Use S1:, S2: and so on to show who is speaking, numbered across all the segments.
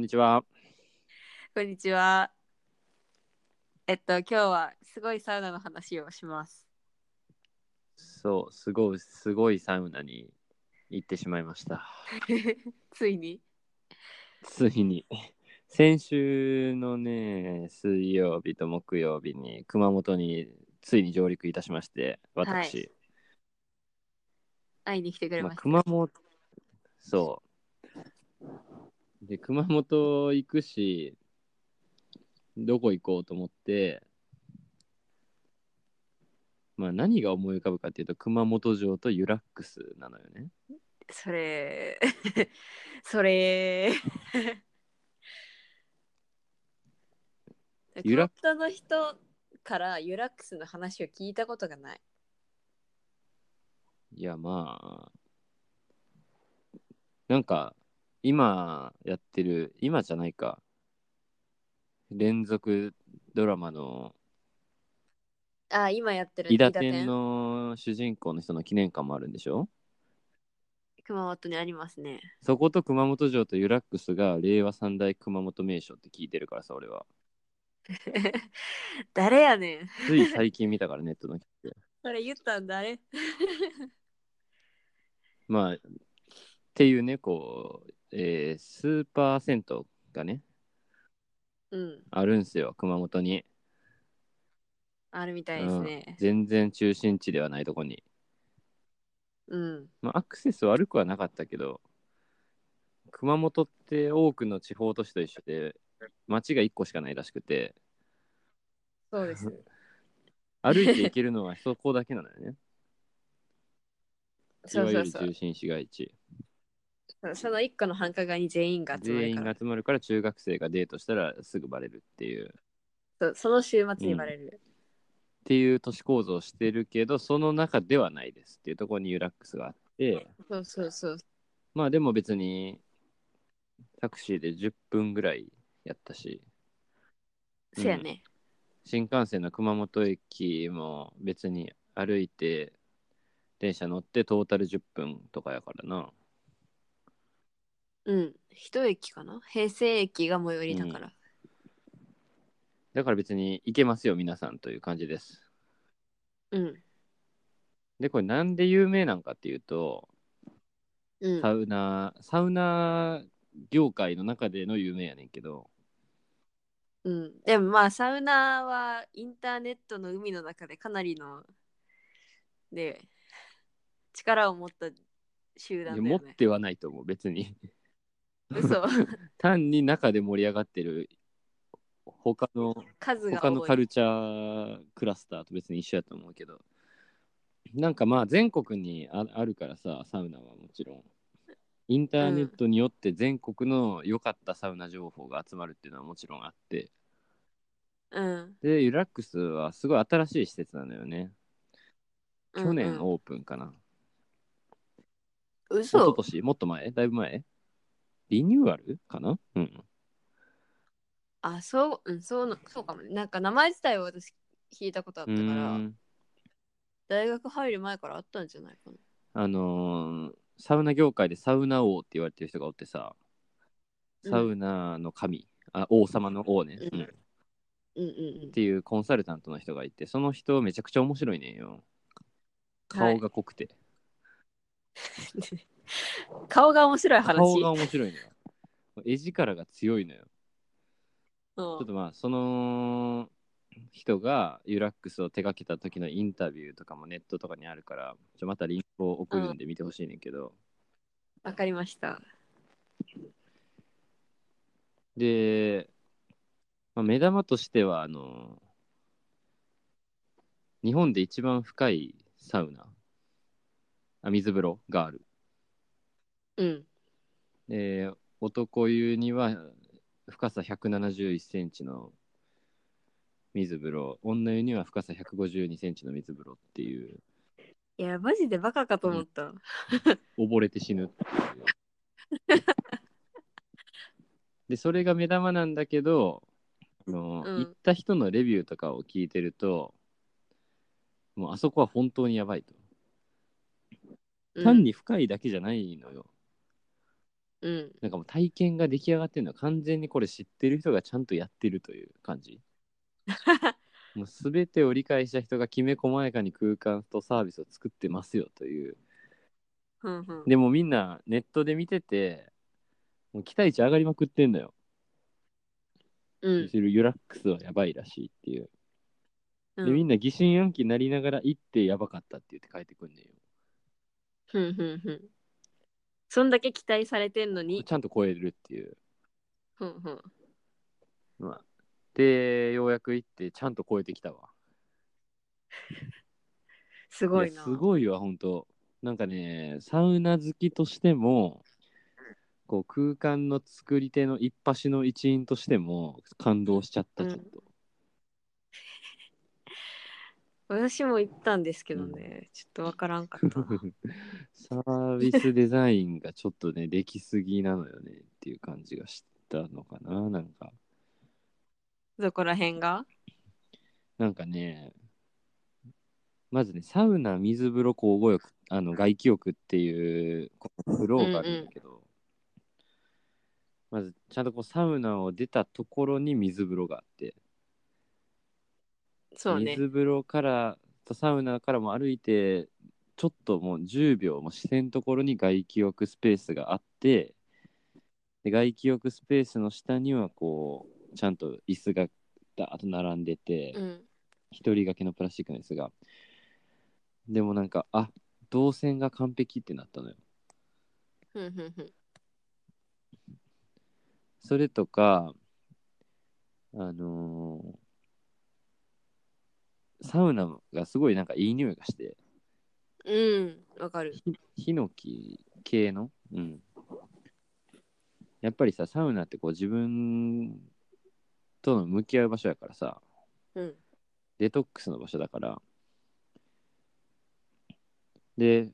S1: にちは。
S2: こんにちは。えっと、今日はすごいサウナの話をします。
S1: そう、すごい、すごいサウナに行ってしまいました。
S2: ついに。
S1: ついに。 先週のね、水曜日と木曜日に熊本についに上陸いたしまして、私。
S2: 会いに来てくれ
S1: まあ、
S2: ました。
S1: 熊本、そう。で、熊本行くし、どこ行こうと思って、まあ何が思い浮かぶかっていうと、熊本城とユラックスなのよね。
S2: それ、 そ れ。
S1: ユ
S2: ユ
S1: ラ
S2: ラットの人からユラックスの話を聞いたことがない。
S1: いや、まあ、なんか、今やってる、今じゃないか、連続ドラマの、
S2: あ、今やってる
S1: 伊田天の主人公の人の記念館もあるんでしょ
S2: 熊本にありますね。
S1: そこと熊本城とユラックスが令和三大熊本名所って聞いてるからさ、俺は。
S2: 誰やね ん。
S1: つい最近見たから、ネットの記事で。
S2: それ言ったんだね。
S1: まあ、っていうね、こう、えースーパー銭湯がね、
S2: うん。
S1: あるんすよ、熊本に。
S2: あるみたいですね。
S1: 全然中心地ではないとこに。
S2: うん。
S1: まあ、アクセス悪くはなかったけど、熊本って多くの地方都市と一緒で、町が1個しかないらしくて、
S2: そう です。
S1: 歩いて行けるのはそこだけなのよね。い
S2: そう
S1: わ
S2: そ
S1: ゆ
S2: う
S1: る
S2: そう
S1: 中。心市街地。
S2: その一個の繁華街に全員が集ま
S1: 全
S2: る
S1: 員
S2: から
S1: が。集まるから中学生がデートしたらすぐバレるっていう。っ
S2: そうその週末にバレる。
S1: ていう都市構造をしてるけど、その中ではないですっていうところにユラックスがあって、
S2: そうそうそう。
S1: まあでも別にタクシーで10分ぐらいやったし、うん
S2: そうやね。
S1: 新幹線の熊本駅も別に歩いて電車乗ってトータル10分とかやからな
S2: うん。一駅かな平成駅が最寄りだから。
S1: だから別に行けますよ皆さんという感じです
S2: うん。
S1: でこれなんで有名なんかっていうと
S2: うん。
S1: サウナサウナ業界の中での有名やねんけど
S2: うん、でもまあサウナーはインターネットの海の中でかなりので力を持った集団だ
S1: 持っ
S2: よね。
S1: てはないと思う別に
S2: 嘘
S1: 単に中で盛り上がってる他の
S2: 数が
S1: 他の
S2: 多
S1: カ
S2: い。
S1: ルチャークラスターと別に一緒やと思うけどなんかまあ全国にああるからさサウナはもちろんインターネットによって全国の良かったサウナ情報が集まるっていうのはもちろんあって
S2: うん、
S1: でユラックスはすごい新しい施設なのよね去
S2: うん
S1: 年
S2: うん
S1: オープンかな、一
S2: 嘘
S1: 昨年もっと前だいぶ前リニューアルかなうん
S2: あそう、うん、そうなそうかもね。なんか名前自体は私聞いたことあっ
S1: う
S2: たから、
S1: ん
S2: 大学入る前からあったんじゃないかな。
S1: あのーサウナ業界でサウナ王って言われてる人がおってさ
S2: うん
S1: サウナの神、あ王様の王ね、
S2: うん
S1: うんっ
S2: うんうんうん
S1: ていうコンサルタントの人がいてその人めちゃくちゃ面白いねんよ
S2: はい
S1: 顔が濃くて、
S2: 顔が面白い話。
S1: 顔が面白いのよ絵力が強いのよちょっ
S2: う
S1: とまあその人がユラックスを手掛けた時のインタビューとかもネットとかにあるからちょまたリンクを送るんで見てほしいねんけど、
S2: ん、わかりました。
S1: で、まあ、目玉としてはあの日本で一番深いサウナあ水風呂がある、
S2: うん。
S1: で男湯には深さ1 7 1センチの水風呂女湯には深さ1 5 2センチの水風呂っていう
S2: いや、マジでバカかと思った。
S1: 溺れて死ぬっていう。 でそれが目玉なんだけどあの、
S2: うん
S1: 行った人のレビューとかを聞いてるともうあそこは本当にやばいと、
S2: うん
S1: 単に深いだけじゃないのよ
S2: うん。
S1: なんかもう体験が出来上がってるのは完全にこれ知ってる人がちゃんとやってるという感じ。もう全てを理解した人がきめ細やかに空間とサービスを作ってますよという。
S2: うんうん
S1: でもみんなネットで見てて、もう期待値上がりまくってんのよ。
S2: うん
S1: するユラックスはやばいらしいっていう。
S2: う
S1: で、み
S2: ん
S1: んな疑心暗鬼になりながら行ってやばかったって言って書いてくんねんよ。
S2: ふんふんふんそんだけ期待されてんのに
S1: ち。ゃんと超えるっていう。
S2: ふんふん
S1: まあ、で、ようやく行ってちゃんと超えてきたわ。
S2: すごい
S1: や
S2: な。
S1: すごいわ、ほんと。なんかね、サウナ好きとしても、こう空間の作り手の一発の一員としても感動しちゃった、
S2: うん
S1: ちょっと。
S2: 私も行ったんですけどね、ちょっとわからんか ったな。
S1: サービスデザインがちょっとね、できすぎなのよねっていう感じがしたのかな、なんか。
S2: どこら辺が
S1: なんかね、まずね、サウナ、水風呂、交互浴、あの外気浴っていうこうフローがあるんだけど、まずちゃんとこうサウナを出たところに水風呂があって、
S2: そうね。
S1: 水風呂からとサウナからも歩いて、ちょっともう10秒も視線のところに外気浴スペースがあって、で外気浴スペースの下にはこう、ちゃんと椅子がダーッと並んでて、
S2: うん。
S1: 一人掛けのプラスチックのやつがでもなんかあ動線が完璧ってなったのよ
S2: ふんふんふん
S1: それとかあのーサウナがすごいなんかいい匂いがして
S2: うん。わかる。
S1: ヒノキ系のうんやっぱりさサウナってこう自分との向き合う場所やからさ
S2: うん。
S1: デトックスの場所だから。で、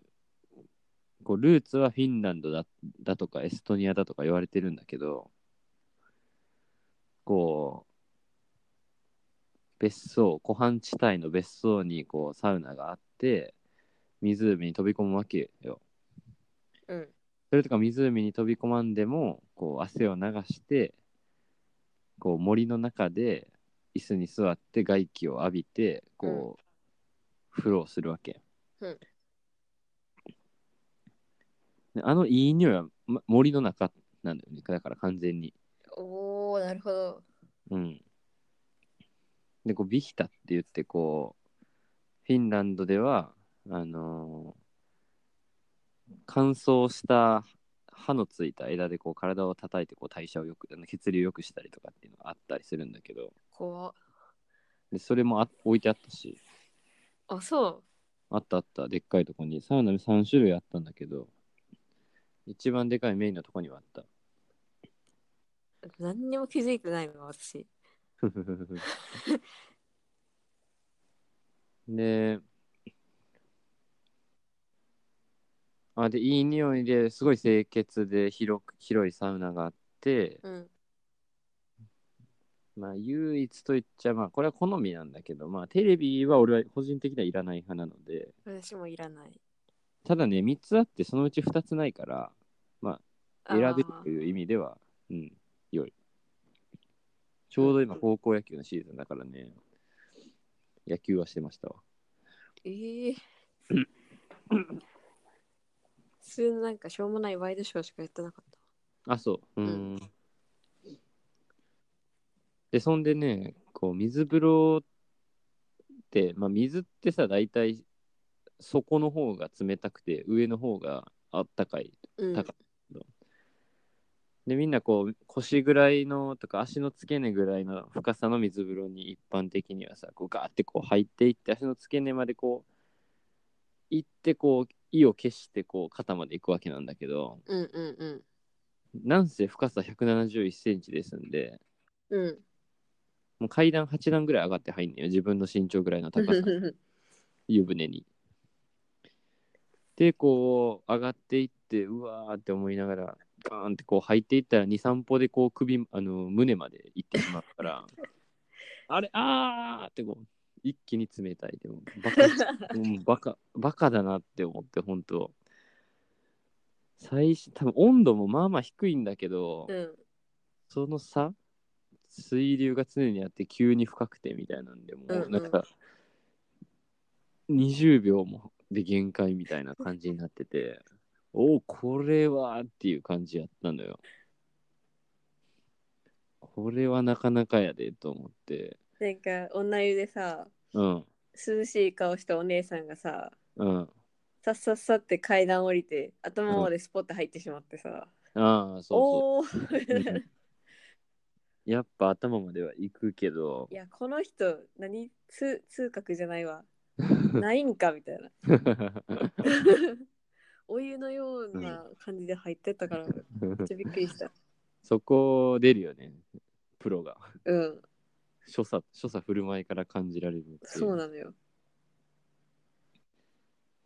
S1: こうルーツはフィンランドだだとかエストニアだとか言われてるんだけど、こう、別荘、湖畔地帯の別荘にこうサウナがあって、湖に飛び込むわけよ。
S2: うん。
S1: それとか湖に飛び込まんでも、こう汗を流して、こう森の中で椅子に座って外気を浴びてこう、フローするわけ、
S2: うん
S1: であのいい匂いは、ま森の中なんだよねだから完全に
S2: おー、なるほど。
S1: うんでこうビヒタって言ってこうフィンランドではあのー乾燥した歯のついた枝でこう体を叩いてこう代謝をよくあの血流を良くしたりとかっていうのがあったりするんだけど
S2: 怖っ
S1: でそれもあ置いてあったし
S2: あ、そ
S1: あったあったでっかいとこにサウナ3種類あったんだけど一番でかいメインのとこにはあった
S2: う。何にも気づいてないわ、私。
S1: であでいい匂いですごい清潔で広く広いサウナがあって、
S2: うん。
S1: まあ唯一といっちゃまあこれは好みなんだけどまあテレビは俺は個人的にはいらない派なので
S2: 私もいらない。
S1: ただね3つあってそのうち2つないから
S2: あ
S1: 選
S2: ー
S1: べるという意味では、うん、良い。ちょうど今、高校野球のシーズンだからね、野球はしてましたわ。
S2: え え普通のなんかしょうもないワイドショーしかやってなかっ
S1: あ、そう。うーん。、
S2: うん
S1: で、そんでね、こう、水風呂って、まあ、水ってさ、大体、底の方が冷たくて、上の方があったかい
S2: た。うん。
S1: 高でみんなこう腰ぐらいのとか足の付け根ぐらいの深さの水風呂に一般的にはさこうガーってこう入っていって足の付け根までこう行ってこう意を決してこう肩まで行くわけなんだけど
S2: うんうんうん。
S1: なんせ深さ1 7 1センチですんで
S2: うん。
S1: もう階段8段ぐらい上がって入んねよ自分の身長ぐらいの高さ 湯船に。でこう上がっていってうわーって思いながらガーンってこう入っていったら23歩でこう首あの胸まで行ってしまうからあれあーってこう一気に冷たいで もバカもうバカバカだなって思って本当最初多分温度もまあまあ低いんだけど、
S2: うん。
S1: その差水流が常にあって急に深くてみたいなんでも
S2: うんう
S1: うんなんか20秒もで限界みたいな感じになって ておおこれはっていう感じやったのよこれはなかなかやでと思って
S2: なんか、女湯でさ、
S1: うん
S2: 涼しい顔したお姉さんがさ、
S1: うん
S2: さっさっさって階段降りて、頭までスポッて入ってしまってさ、
S1: ああそう
S2: おお
S1: そうう
S2: ー
S1: んやっぱ頭までは行くけど
S2: いや、この人、何、通通覚じゃないわ。ないんかみたいな。お湯のような感じで入ってったから、めっちゃびっくりした。
S1: そこ出るよねプロが
S2: うん、
S1: 所作所作振る舞いから感じられるってい
S2: そうなのよ。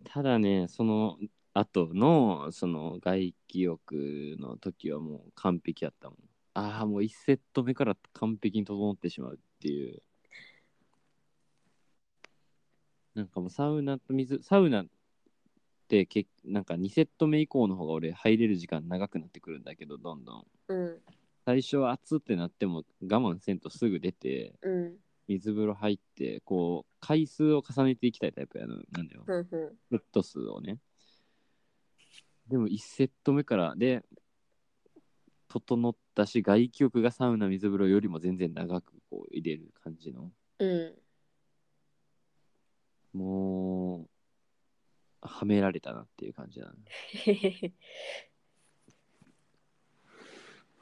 S1: ただねその後のその外気浴の時はもう完璧やったもんああもう1セット目から完璧に整ってしまうっていうなんかもうサウナと水サウナってけなんか2セット目以降の方が俺入れる時間長くなってくるんだけどどんどん
S2: うん、
S1: 最初は熱ってなっても我慢せんとすぐ出て
S2: うん、
S1: 水風呂入ってこう回数を重ねていきたいタイプやのなんだよ
S2: うん、う
S1: セット数をねでも1セット目からで整ったし外気浴がサウナ水風呂よりも全然長くこう入れる感じの
S2: ん、う。
S1: もうはめられたなっていう感じだなん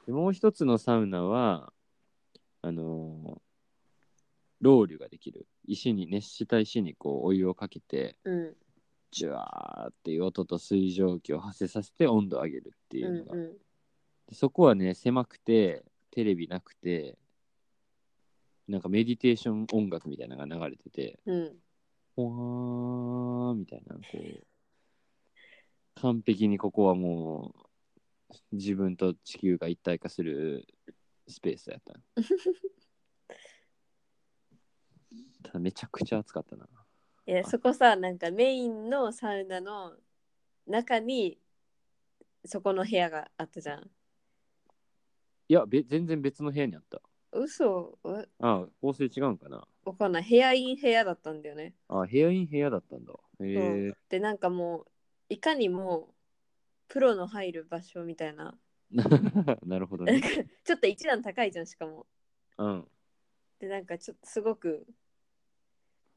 S1: でもう一つのサウナはあのーロウリュができる石に熱した石にこうお湯をかけて
S2: うん、
S1: ジュワーっていう音と水蒸気を発生させて温度を上げるっていううんのが、、
S2: う
S1: でそこはね狭くてテレビなくてなんかメディテーション音楽みたいなのが流れてて
S2: ん、うん。
S1: ほわーみたいなこう完璧にここはもう自分と地球が一体化するスペースやったただめちゃくちゃ暑かったない
S2: やそこさなんかメインのサウナの中にそこの部屋があったじゃん
S1: いやべ全然別の部屋にあった
S2: 嘘わ
S1: ああ構成違うんかな
S2: わかんない部屋イン部屋だったんだよね、
S1: ああ部屋イン部屋だったんだへえ
S2: そうでなんかもういかにもプロの入る場所みたいな
S1: なるほど
S2: なん
S1: ね
S2: か。ちょっと一段高いじゃんしかも
S1: うん。
S2: でなんかちょっとすごく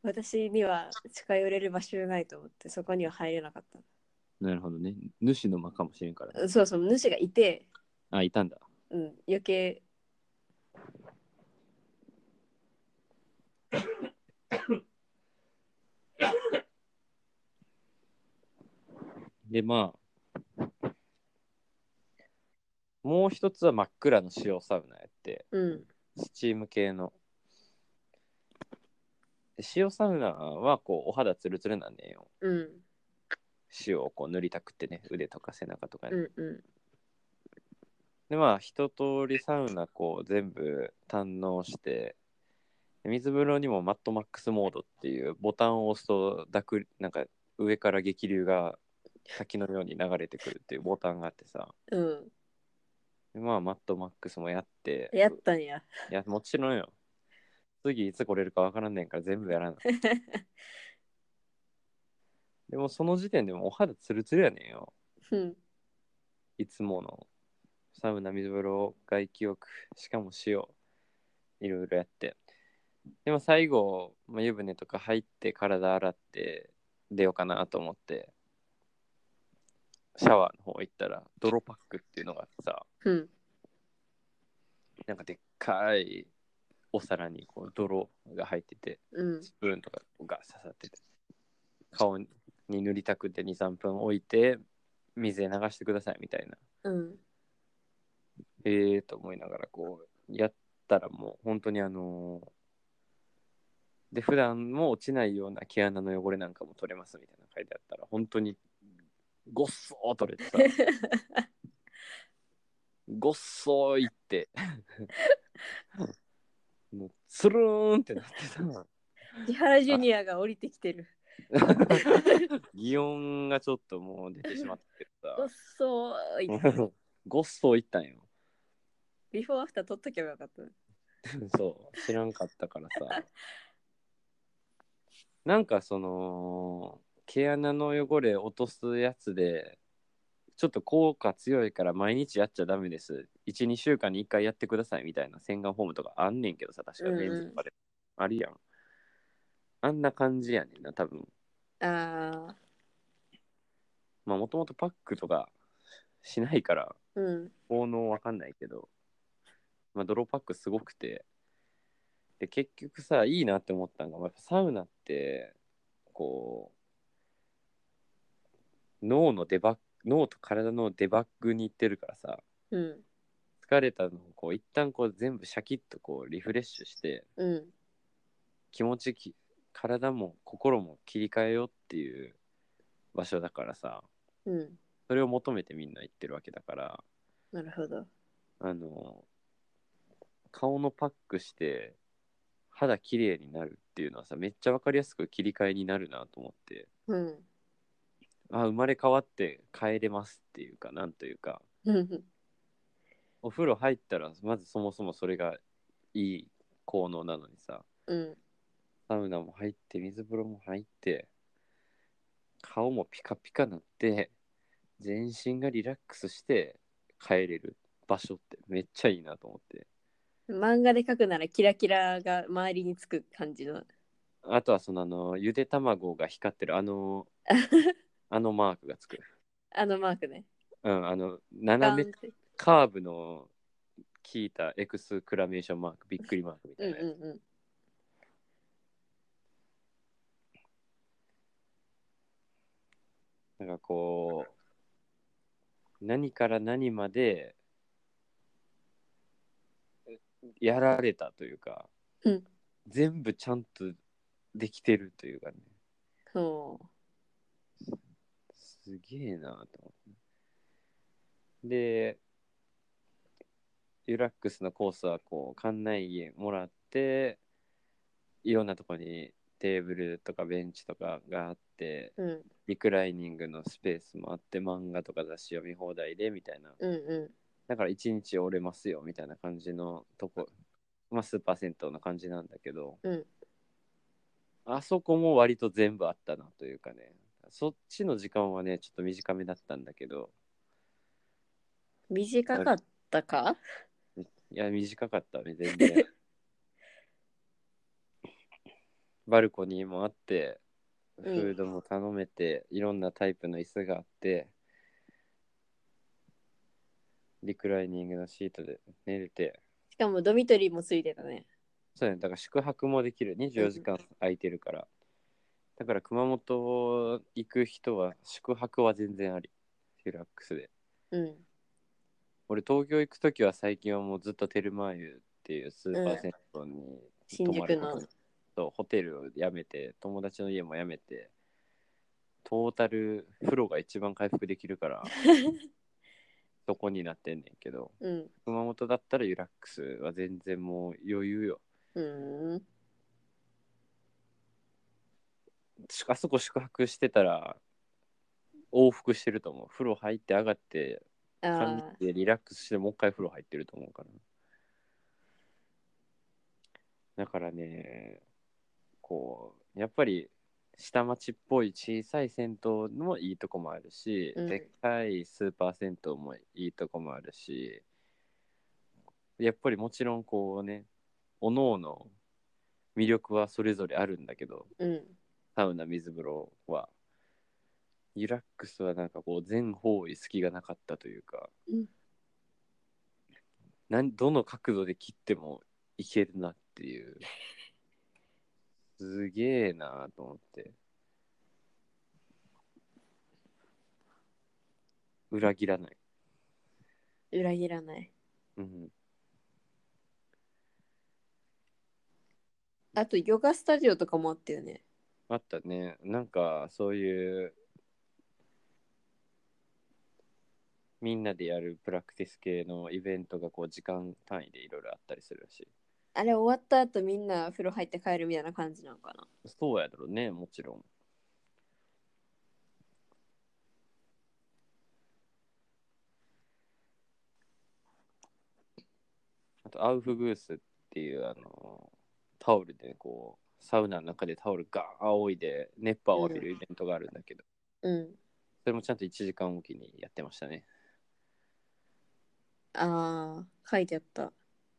S2: 私には近寄れる場所がないと思ってそこには入れなかっ
S1: なるほどね。主の間かもしれんからね、
S2: たそうそう主がいて、
S1: あ、いたんだ。
S2: うん、余計
S1: で、まあ。もう一つは真っ暗の塩サウナやって、
S2: うん
S1: スチーム系の。で塩サウナはこうお肌ツルツルなんねんよ。
S2: うん
S1: 塩をこう塗りたくってね、腕とか背中とかに。
S2: うんうん
S1: でまあ一通りサウナこう全部堪能してで水風呂にもマットマックスモードっていうボタンを押すと濁なんか上から激流が滝のように流れてくるっていうボタンがあってさ
S2: うん
S1: でまあマットマックスもやって
S2: やったんや。
S1: いやもちろんよ次いつ来れるかわからんねんから全部やらないでもその時点でもうお肌ツルツルやねんよ
S2: うん。
S1: いつものサウナ、水風呂、外気浴、しかも塩、いろいろやって。でも最後、まあ、湯船とか入って体洗って出ようかなと思って、シャワーの方行ったら、泥パックっていうのがあってさ、
S2: うん。
S1: なんかでっかいお皿にこう泥が入ってて、
S2: うん。
S1: スプーンとかが刺さってて顔に塗りたくて23分置いて水で流してくださいみたいな
S2: うん。
S1: ええと思いながらこうやったらもう本当にあのーで普段も落ちないような毛穴の汚れなんかも取れますみたいな書いてあったら本当にごっそー取れてさ ごっそーいって もうつるーんってなってさ
S2: 千原ジュニアが降りてきてる。
S1: 擬音がちょっともう出てしまってた
S2: おっ。そーい。
S1: ごっそういったんよ。
S2: ビフォーアフター撮っとけばよかった。
S1: そう知らんかったからさ なんかその毛穴の汚れ落とすやつでちょっと効果強いから毎日やっちゃダメです12週間に1回やってくださいみたいな洗顔フォームとかあんねんけどさ確か
S2: うんうん
S1: メンズとかで、あるやんあんな感じやねんな多分
S2: ああ、
S1: まあもともとパックとかしないから
S2: うん。
S1: 効能わかんないけど、まあ、ドローパックすごくてで結局さいいなって思ったのが、まあ、やっぱサウナってこう脳のデバッ脳と体のデバッグに行ってるからさ
S2: うん。
S1: 疲れたのをこう一旦こう全部シャキッとこうリフレッシュして
S2: うん。
S1: 気持ちき体も心も切り替えようっていう場所だからさ
S2: うん。
S1: それを求めてみんな行ってるわけだから
S2: なるほど。
S1: あの顔のパックして肌綺麗になるっていうのはさめっちゃ分かりやすく切り替えになるなと思って
S2: うん。
S1: あ生まれ変わって帰れますっていうかなんというか
S2: うん。
S1: お風呂入ったらまずそもそもそれがいい効能なのにさ
S2: うん。
S1: サウナも入って水風呂も入って顔もピカピカなって全身がリラックスして帰れる場所ってめっちゃいいなと思って。
S2: 漫画で描くならキラキラが周りにつく感じの。
S1: あとはそのあのゆで卵が光ってるあのあのマークがつく。
S2: あのマークね。
S1: うん、あの
S2: ガ
S1: 斜
S2: ーン
S1: め
S2: って
S1: カーブの効いたエクスクラメーションマークびっくりマークみた
S2: う
S1: い
S2: ん
S1: なやつ、
S2: うんうん。
S1: なんかこう何から何までやられたというか、
S2: うん
S1: 全部ちゃんとできてるというかね
S2: そ
S1: すげえなと思って。で、ユラックスのコースはこう、館内着もらって、いろんなとこにテーブルとかベンチとかがあって、
S2: う。うん
S1: リクライニングのスペースもあって、漫画とか雑誌読み放題でみたいな。
S2: うんう
S1: だから一日折れますよみたいな感じのとこ、まあスーパー銭湯の感じなんだけど、
S2: うん
S1: あそこも割と全部あったなというかね、そっちの時間はね、ちょっと短めだったんだけど、
S2: ん。短かったか
S1: いや、短かったね、全然。 バルコニーもあって、フ
S2: うん
S1: ードも頼めて、いろんなタイプの椅子があって、リクライニングのシートで寝れて、
S2: しかもドミトリーもついてたね。
S1: そうやね、だから宿泊もできる、24時間空いてるから。だから熊本行く人は、宿泊は全然あり、リラックスで。
S2: うん。
S1: 俺東京行く時は最近はもうずっとテルマーユっていうスーパー銭湯に
S2: 新宿
S1: 泊まる
S2: の
S1: ことそうホテルを辞めて友達の家も辞めてトータル風呂が一番回復できる からそこになってんねんけど
S2: うん。
S1: 熊本だったらユラックスは全然もう余裕よ
S2: うん。
S1: しあそこ宿泊してたら往復してると思う風呂入って上がって
S2: あ
S1: 感じでリラックスしてもう一回風呂入ってると思うからだからねこうやっぱり下町っぽい小さい銭湯もいいとこもあるし、
S2: うん
S1: でっかいスーパー銭湯もいいとこもあるしやっぱりもちろんこうねおのおの魅力はそれぞれあるんだけど
S2: あ。うん。
S1: サウナ水風呂はリラックスはなんかこう全方位隙がなかったというか、
S2: うん
S1: なんどの角度で切ってもいけるなっていうすげえなと思って裏切らない、
S2: 裏切らない。
S1: うん、
S2: あとヨガスタジオとかもあったよね。
S1: あったねなんかそういうみんなでやるプラクティス系のイベントがこう時間単位でいろいろあったりするし
S2: あれ終わった後みんな風呂入って帰るみたいな感じなのかな。
S1: そうやだろうねもちろんあとアウフグースっていうあのタオルでこうサウナの中でタオルガーン仰いで熱波を浴びるイベントがあるんだけど、
S2: うん。
S1: それもちゃんと1時間おきにやってましたね。
S2: ああ、書いてあった。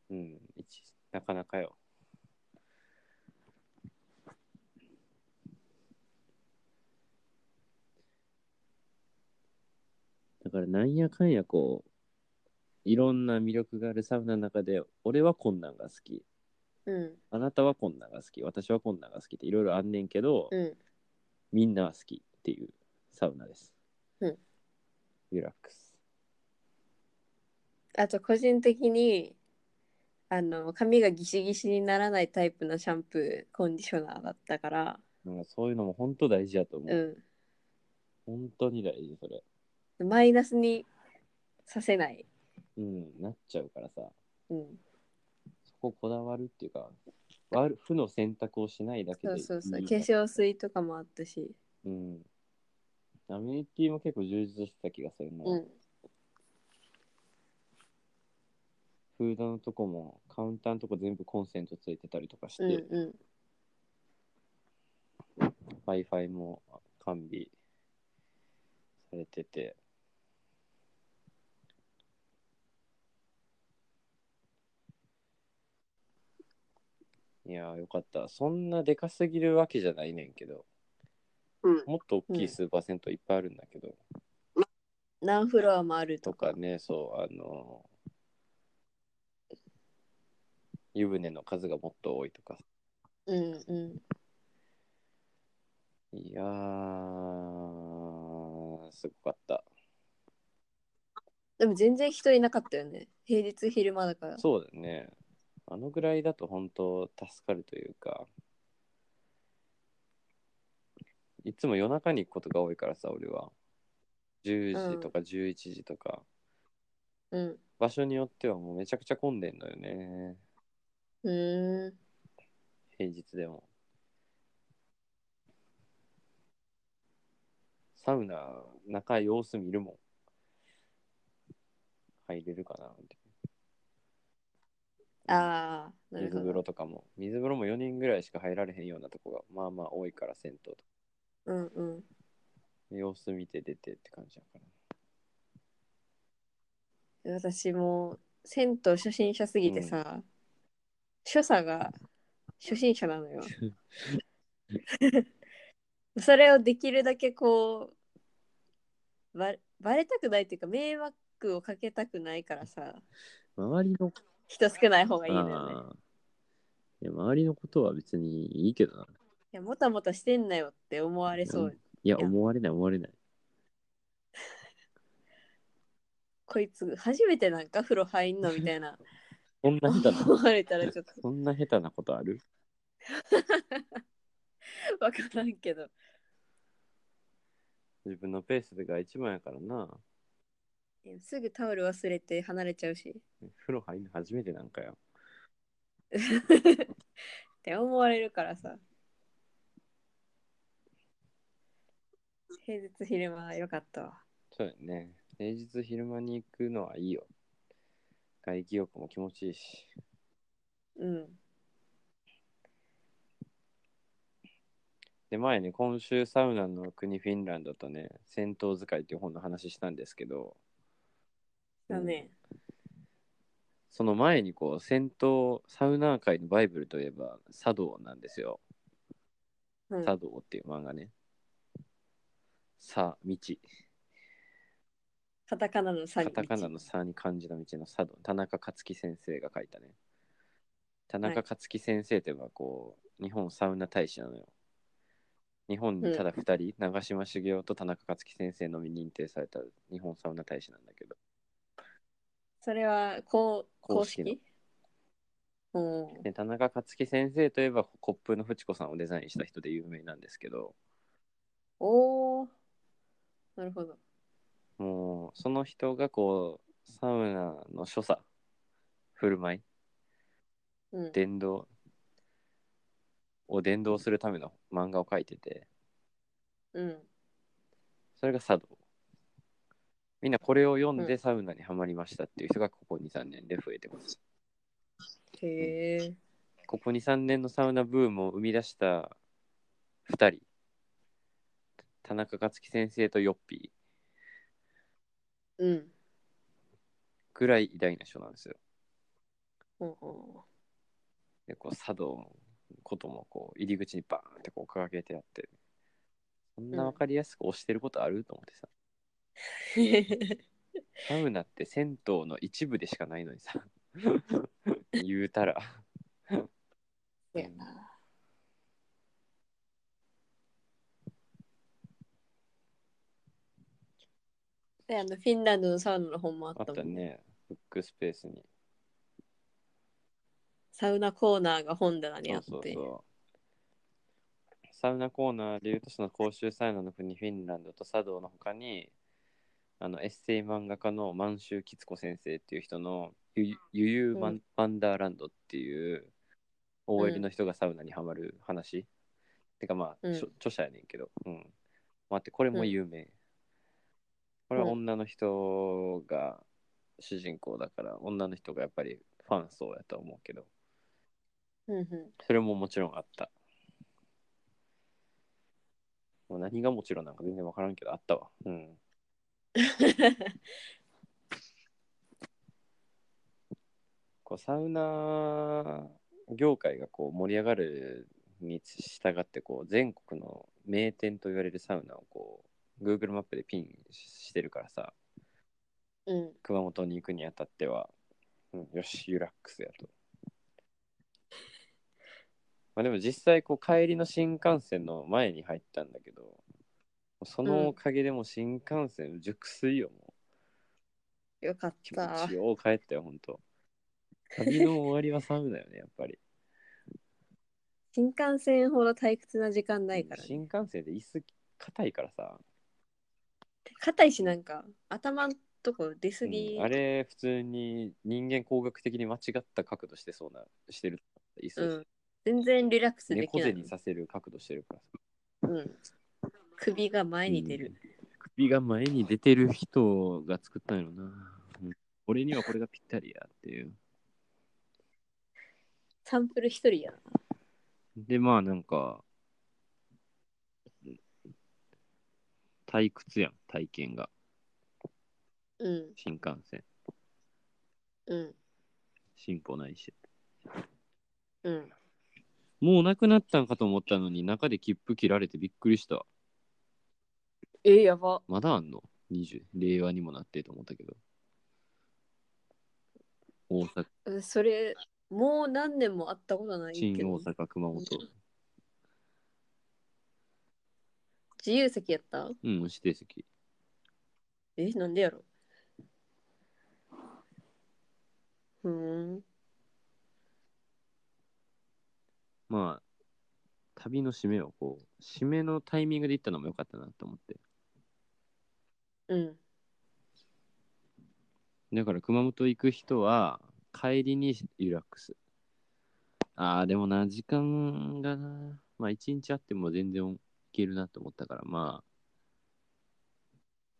S1: うん、一なかなかよ。だからなんやかんやこういろんな魅力があるサウナの中で俺はこんなんが好き
S2: うん。
S1: あなたはこんなんが好き私はこんなんが好きっていろいろあんねんけど、
S2: うん。
S1: みんなは好きっていうサウナです。
S2: うん。
S1: リラックス。
S2: あと、個人的に、あの、髪がギシギシにならないタイプのシャンプー、コンディショナーだったから、
S1: なんかそういうのも本当大事やと思う。
S2: う
S1: 本当に大事それ。
S2: ん。マイナスにさせない。
S1: うん、なっちゃうからさ。
S2: うん。
S1: そここだわるっていうか、悪負の選択をしないだけで
S2: そう
S1: いい
S2: そうそう。化粧水とかもあったし。
S1: うん。アメニティも結構充実してた気がするな。
S2: うん。
S1: フードのとこもカウンターのとこ全部コンセントついてたりとかして、
S2: うんう
S1: Wi-Fi も完備されてて。いやーよかった。そんなでかすぎるわけじゃないねんけど、
S2: ん。うん。
S1: もっと大きいスーパー銭湯いっぱいあるんだけど、
S2: 何フロアもある
S1: と
S2: とか。
S1: かね、そう、あのー湯船の数がもっと多いとか。
S2: うんうん。
S1: いやー、すごかった。
S2: でも全然人いなかったよね。平日昼間だから。
S1: そうだね。あのぐらいだと本当助かるというか、いつも夜中に行くことが多いからさ、俺は。10時とか11時とか、
S2: うん。
S1: 場所によってはもうめちゃくちゃ混んでんのよね、
S2: うーん。
S1: 平日でも。サウナ、中様子見るもん。入れるかなって。
S2: ああ、なる
S1: 水
S2: ほ
S1: 風
S2: ど。
S1: 呂とかも水風呂も4人ぐらいしか入られへんようなとこがまあまあ多いから銭湯とか
S2: うんうん。
S1: 様子見て出てって感じだから
S2: 私も銭湯初心者すぎてさ、所作が初心者なの よ。それをできるだけこうばバレたくないっていうか迷惑をかけたくないからさ
S1: 周りの
S2: 人少ない方がいいのよね。
S1: あーいや周りのことは別にいいけどない
S2: やもたもたしてんなよって思われそう、
S1: うんいや
S2: いや
S1: 思われない思われない
S2: こいつ初めてなんか風呂入んのみたいな
S1: そ んな下手
S2: 思
S1: な
S2: われたらちょっと
S1: そんな下手なことある
S2: わからんけど
S1: 自分のペースが一番やからな
S2: すぐタオル忘れて離れちゃうし
S1: 風呂入るの初めてなんかよ
S2: って思われるからさ平日昼間は良かったわ
S1: そうやね平日昼間に行くのはいいよ外気浴も気持ちいいし
S2: うん
S1: で前ね今週サウナの国フィンランドとね「戦闘使い」っていう本の話したんですけど、
S2: だね
S1: その前にこう戦闘サウナー界のバイブルといえば「茶道」なんですよ「
S2: うん
S1: 茶道」っていう漫画ね「さ」「道」
S2: カタカナの3
S1: カタカナの「さ」に漢字の道の「茶道」田中克樹先生が書いたね田中克樹先生といえばこう日本サウナ大使なのよ日本にただ2人、長嶋茂雄と田中克樹先生のみ認定された日本サウナ大使なんだけど
S2: それはこう公
S1: 公式の
S2: 式うん
S1: で田中克樹先生といえばコップのフチ子さんをデザインした人で有名なんですけど
S2: おおなるほど
S1: もうその人がこうサウナの所作振る舞い
S2: うん
S1: 伝道を伝道するための漫画を描いてて
S2: うん
S1: それが茶道みんなこれを読ん
S2: う
S1: でサウナにはまりましたっていう人がここ23年で増えてます
S2: へえ。
S1: ここ23年のサウナブームを生み出した2人田中克樹先生とヨッピー
S2: うん。
S1: ぐらい偉大な人なんですよ。
S2: ほうほ
S1: でこう茶道のこともこう入り口にバーンってこう掲げてあってそんな分かりやすく押してることある、と思ってさ
S2: う
S1: サウナって銭湯の一部でしかないのにさ言うたら
S2: そうやな。で、あの、フィンランドのサウナの本もあっ
S1: あった
S2: も
S1: た
S2: ん。
S1: ねブックスペースに
S2: サウナコーナーが本棚に
S1: そ
S2: あっ
S1: う
S2: て。
S1: そうそうサウナコーナーでいうとその公衆サウナの国フィンランドと茶道の他にあのエッセイ漫画家の満州吉子先生っていう人の「ゆゆゆうワ
S2: うん
S1: ンワンダーランド」っていう OL の人がサウナにはまる話、てかまあ、
S2: うん
S1: しょ著者やねんけど、うん、待ってこれも有名、これは女の人が主人公だから女の人がやっぱりファン層やと思うけど
S2: うんう
S1: それももちろんあった。もう何がもちろんなんか全然わからんけどあったわ。うん。
S2: ん。
S1: こうサウナ業界がこう盛り上がるに従ってこう全国の名店と言われるサウナをこう Google マップでピンししてるからさ
S2: うん。
S1: 熊本に行くにあたっては、うん、よしユラックスやと。まあでも実際こう帰りの新幹線の前に入ったんだけどそのおかげでもう新幹線熟睡よもう。
S2: よかっ
S1: 気持
S2: た
S1: ち。よう帰ったよ、本当。旅の終わりはサウナよね、やっぱり。
S2: 新幹線ほど退屈な時間ないから、ね。
S1: 新幹線で椅子硬いからさ、
S2: 硬いし、なんか、頭んとこ出すぎ。
S1: うんあれ普通に人間工学的に間違った角度してそうな、してる。椅子、
S2: うん全然リラックスで
S1: 猫
S2: きな
S1: 背
S2: い。
S1: にさせる角度してるからさ。
S2: うん。首が前に出る。
S1: うん首が前に出てる人が作ったんやろな。うん俺にはこれがぴったりやっていう。
S2: サンプル一人やな。
S1: で、まあなんか、退屈やん、体験が、
S2: うん。
S1: 新幹線。
S2: うん。
S1: 進歩ないし。
S2: うん。
S1: もうなくなったんかと思ったのに中で切符切られてびっくりした。
S2: えー、やば。
S1: まだあんの ?20。令和にもなってと思ったけど。大阪、
S2: うんそれ、もう何年も会ったことない
S1: 新
S2: けど
S1: 大。阪、熊本。
S2: 自由席やった
S1: うん、指定席。
S2: え、なんでやろうーん。
S1: まあ、旅の締めをこう、締めのタイミングで行ったのも良かったなと思って。
S2: うん。
S1: だから熊本行く人は、帰りにリラックス。ああ、でもな、時間がな、まあ一日あっても全然行けるなと思ったから、まあ、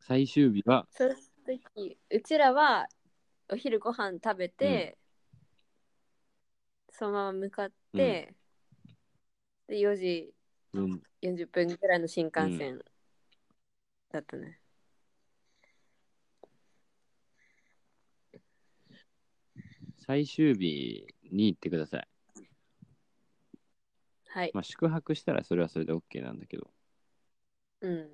S1: 最終日は、
S2: その時、うちらはお昼ご飯食べて、そのまま向かって、で、4時
S1: うん、
S2: 40分ぐらいの新幹線だったね。
S1: 最終日に行ってください。
S2: はい。
S1: まあ宿泊したらそれはそれで OK なんだけど、
S2: うん。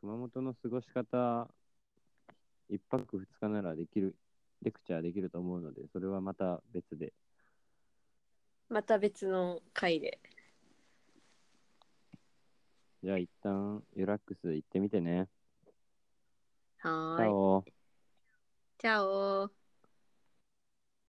S1: 熊本の過ごし方、一泊二日ならできる、レクチャーできると思うので、それはまた別で。
S2: また別の回で。
S1: じゃあ一旦、リラックス行ってみてね。
S2: は
S1: チャ
S2: ーい。
S1: オ
S2: チャオー。